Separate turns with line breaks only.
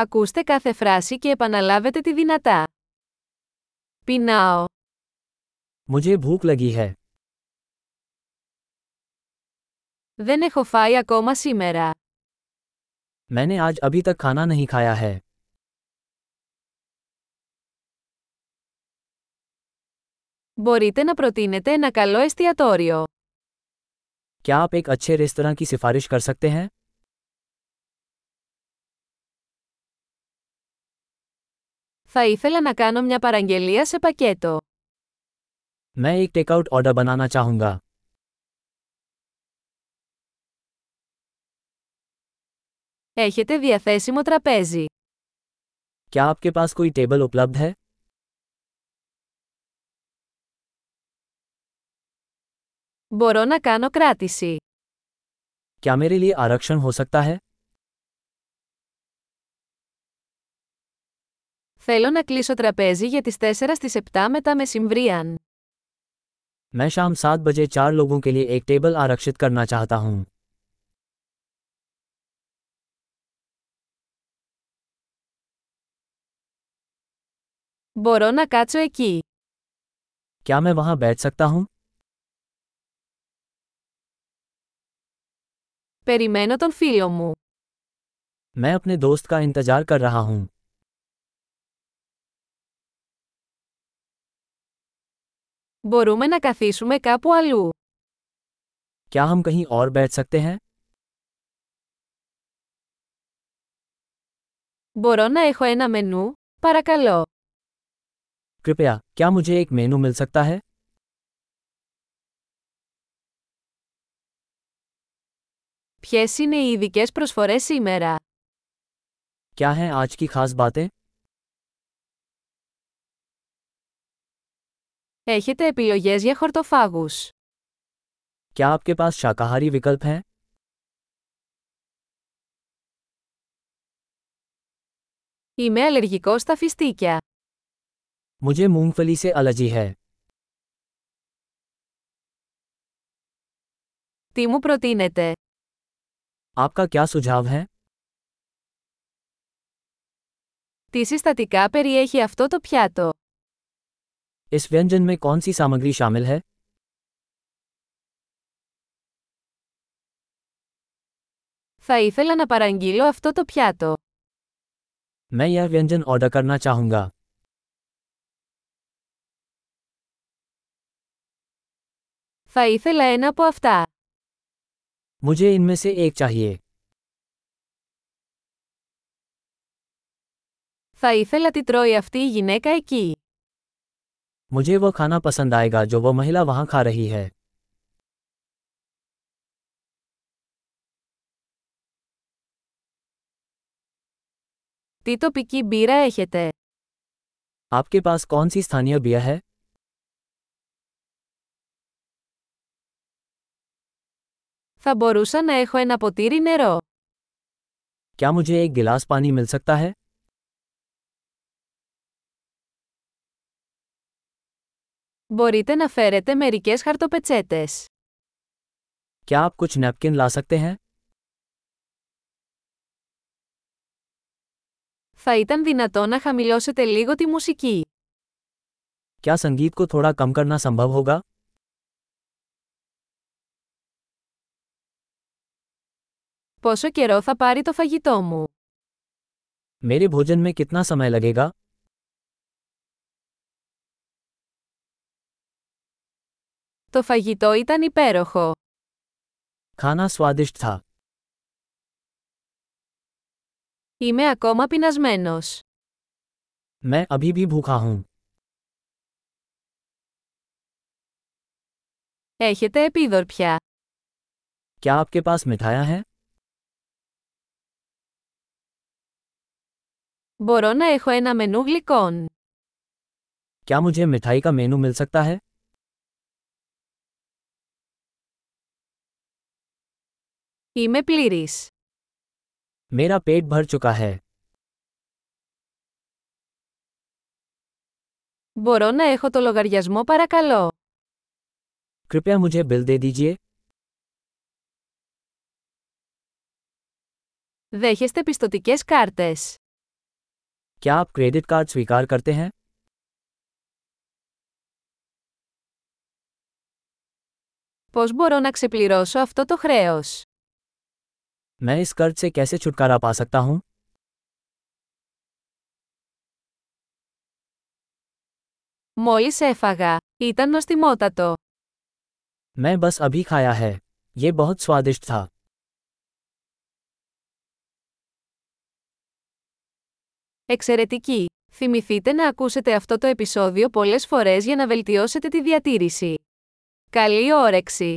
Ακούστε κάθε φράση και επαναλάβετε τη δυνατά. Πεινάω.
मुझे भूख लगी है
Δεν έχω φάει ακόμα σήμερα.
मैंने आज अभी तक खाना नहीं खाया है
Μπορείτε να προτείνετε ένα καλό εστιατόριο.
क्या आप एक अच्छे रेस्तरा की सिफारिश कर सकते हैं
Θα ήθελα να κάνω μια παραγγελία σε πακέτο.
मैं एक टेकआउट ऑर्डर बनाना चाहूँगा
Έχετε διαθέσιμο τραπέζι.
क्या आपके पास कोई टेबल उपलब्ध है
Μπορώ να κάνω κράτηση.
क्या मेरे लिए आरक्षण हो सकता है
Θέλω να κλείσω τραπέζι για τις 4 στις 7 μετά μεσημβρίαν.
मैं शाम सात बजे चार लोगों के लिए एक टेबल आरक्षित करना चाहता हूँ
Μπορώ να κάτσω εκεί.
क्या मैं वहाँ बैठ सकता हूँ
Περιμένω τον φίλο μου.
मैं अपने दोस्त का इंतजार कर रहा हूँ
Μπορούμε να καθίσουμε κάπου αλλού.
क्या हम कहीं और बैठ सकते हैं
Μπορώ να έχω ένα μενού, παρακαλώ.
कृपया क्या मुझे एक मेनू मिल सकता है
Ποιες είναι οι ειδικέ προσφορές σήμερα.
क्या हैं आज की खास बातें
Έχετε επιλογές για χορτοφάγους.
क्या आपके पास शाकाहारी विकल्प हैं
Είμαι αλλεργικός στα φιστίκια.
मुझे मूंगफली से एलर्जी है
Τι μου προτείνετε.
आपका क्या सुझाव है
Τι συστατικά περιέχει αυτό το πιάτο.
इस व्यंजन में कौन सी सामग्री शामिल है
Θα ήθελα να παραγγείλω αυτό το πιάτο.
मैं यह व्यंजन ऑर्डर करना चाहूँगा
Θα ήθελα ένα από αυτά.
मुझे इनमें से एक चाहिए
Θα ήθελα τι τρώει αυτή η γυναίκα εκεί.
मुझे वह खाना पसंद आएगा जो वह महिला वहाँ खा रही है
Τι τοπική μπύρα έχετε.
आपके पास कौन सी स्थानीय बियर है
Θα μπορούσα να έχω ένα ποτήρι νερό.
क्या मुझे एक गिलास पानी मिल सकता है
Μπορείτε να φέρετε μερικές χαρτοπετσέτες.
क्या आप कुछ नैपकिन ला सकते हैं
Θα ήταν δυνατό να χαμηλώσετε λίγο τη μουσική.
क्या संगीत को थोड़ा कम करना संभव होगा
Πόσο καιρό θα πάρει το φαγητό μου.
मेरे भोजन में कितना समय लगेगा
Το φαγητό ήταν υπέροχο.
खाना स्वादिष्ट था
Είμαι ακόμα πεινασμένος.
मैं अभी भी भूखा हूँ
Έχετε επίδορπια.
क्या आपके पास मिठाइयाँ हैं
Μπορώ να έχω ένα μενού γλυκών.
क्या मुझे मिठाई का मेनू मिल सकता है
Είμαι πλήρης.
मेरा पेट भर चुका है
Μπορώ να έχω το λογαριασμό παρακαλώ.
कृपया मुझे बिल दे दीजिए
Δέχεστε πιστοτικές κάρτες.
क्या आप क्रेडिट कार्ड स्वीकार करते हैं
Πώς μπορώ να ξεπληρώσω αυτό το χρέος?
मैं इस कर्ज से कैसे छुटकारा पा सकता हूँ
Μόλις έφαγα. Ήταν νοστιμότατο.
मैं बस अभी खाया है ये बहुत स्वादिष्ट था
Εξαιρετική! Θυμηθείτε να ακούσετε αυτό το επεισόδιο πολλές φορές για να βελτιώσετε τη διατήρηση. Καλή όρεξη!